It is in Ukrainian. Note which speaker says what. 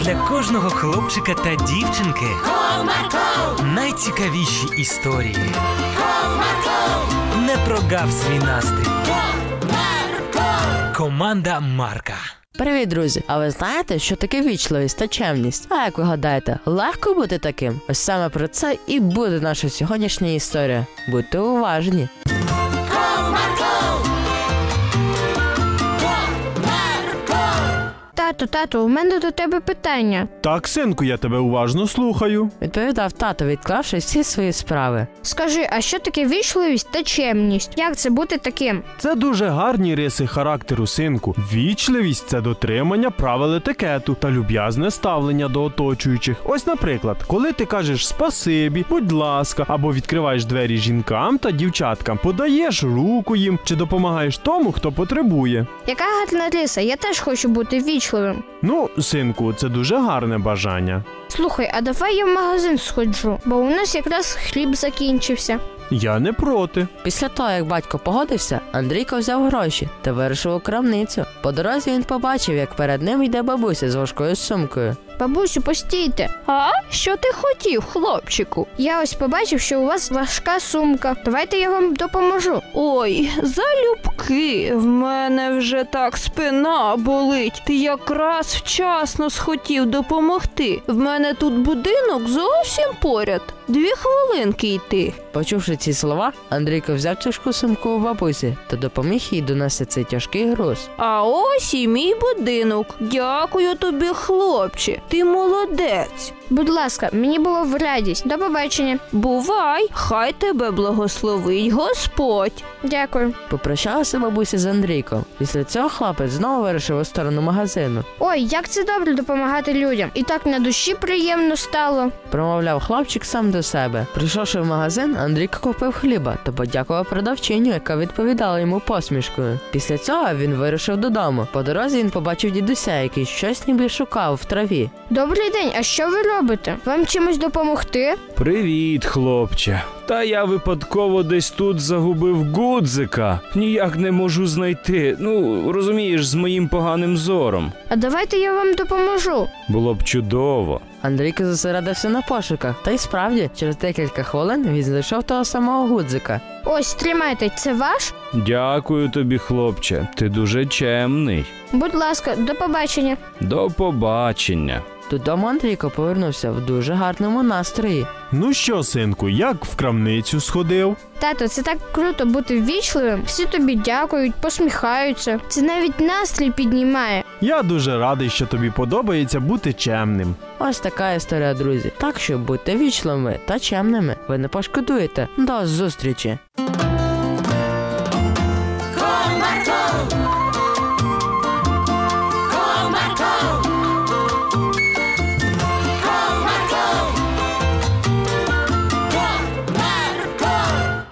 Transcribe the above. Speaker 1: для кожного хлопчика та дівчинки
Speaker 2: Comarco,
Speaker 1: найцікавіші історії.
Speaker 2: Comarco,
Speaker 1: Не прогав свій настрій.
Speaker 2: Comarco.
Speaker 1: Команда Марка.
Speaker 3: Привіт, друзі! А ви знаєте, що таке вічливість та чемність? А як ви гадаєте, легко бути таким? Ось саме про це і буде наша сьогоднішня історія. Будьте уважні.
Speaker 4: Тату, тату, у мене до тебе питання.
Speaker 5: Так, синку, я тебе уважно слухаю.
Speaker 3: Відповідав тато, відклавши всі свої справи.
Speaker 4: Скажи, а що таке вічливість та чемність? Як це бути таким?
Speaker 5: Це дуже гарні риси характеру, синку. Вічливість це дотримання правил етикету та люб'язне ставлення до оточуючих. Ось, наприклад, коли ти кажеш спасибі, будь ласка, або відкриваєш двері жінкам та дівчаткам, подаєш руку їм чи допомагаєш тому, хто потребує.
Speaker 4: Яка гарна риса, я теж хочу бути вічливим.
Speaker 5: Ну, синку, це дуже гарне бажання.
Speaker 4: Слухай, а давай я в магазин сходжу, бо у нас якраз хліб закінчився.
Speaker 5: Я не проти.
Speaker 3: Після того, як батько погодився, Андрійко взяв гроші та вирішив у крамницю. По дорозі він побачив, як перед ним йде бабуся з важкою сумкою.
Speaker 4: Бабусю, постійте.
Speaker 6: А що ти хотів, хлопчику?
Speaker 4: Я ось побачив, що у вас важка сумка. Давайте я вам допоможу.
Speaker 6: Ой, залюбки, в мене вже так спина болить. Ти якраз вчасно схотів допомогти. В мене тут будинок зовсім поряд. Дві хвилинки йти.
Speaker 3: Почувши ці слова, Андрійко взяв тяжку сумку у бабусі та допоміг їй донести цей тяжкий груз.
Speaker 6: А ось і мій будинок. Дякую тобі, хлопче. Ти молодець.
Speaker 4: Будь ласка, мені було в радість. До побачення.
Speaker 6: Бувай, хай тебе благословить Господь.
Speaker 4: Дякую.
Speaker 3: Попрощалася бабуся з Андрійком. Після цього хлопець знову вирішив у сторону магазину.
Speaker 4: Ой, як це добре допомагати людям. І так на душі приємно стало.
Speaker 3: Промовляв хлопчик сам до себе. Прийшовши в магазин, Андрійко купив хліба та подякував продавчиню, яка відповідала йому посмішкою. Після цього він вирішив додому. По дорозі він побачив дідуся, який щось ніби шукав в траві.
Speaker 4: Добрий день, а що ви робите? Вам чимось допомогти?
Speaker 7: Привіт, хлопче. Та я випадково десь тут загубив гудзика. Ніяк не можу знайти. Ну, розумієш, з моїм поганим зором.
Speaker 4: А давайте я вам допоможу.
Speaker 7: Було б чудово.
Speaker 3: Андрійко зосередився на пошуках, та й справді, через декілька хвилин він знайшов того самого гудзика.
Speaker 4: Ось тримайте, це ваш?
Speaker 7: Дякую тобі, хлопче. Ти дуже чемний.
Speaker 4: Будь ласка, до побачення.
Speaker 7: До побачення.
Speaker 3: Додому Андрійко повернувся в дуже гарному настрої.
Speaker 5: Ну що, синку, як в крамницю сходив?
Speaker 4: Тато, це так круто бути ввічливим. Всі тобі дякують, посміхаються. Це навіть настрій піднімає.
Speaker 5: Я дуже радий, що тобі подобається бути чемним.
Speaker 3: Ось така історія, друзі. Так що будьте вічливими та чемними. Ви не пошкодуєте. До зустрічі!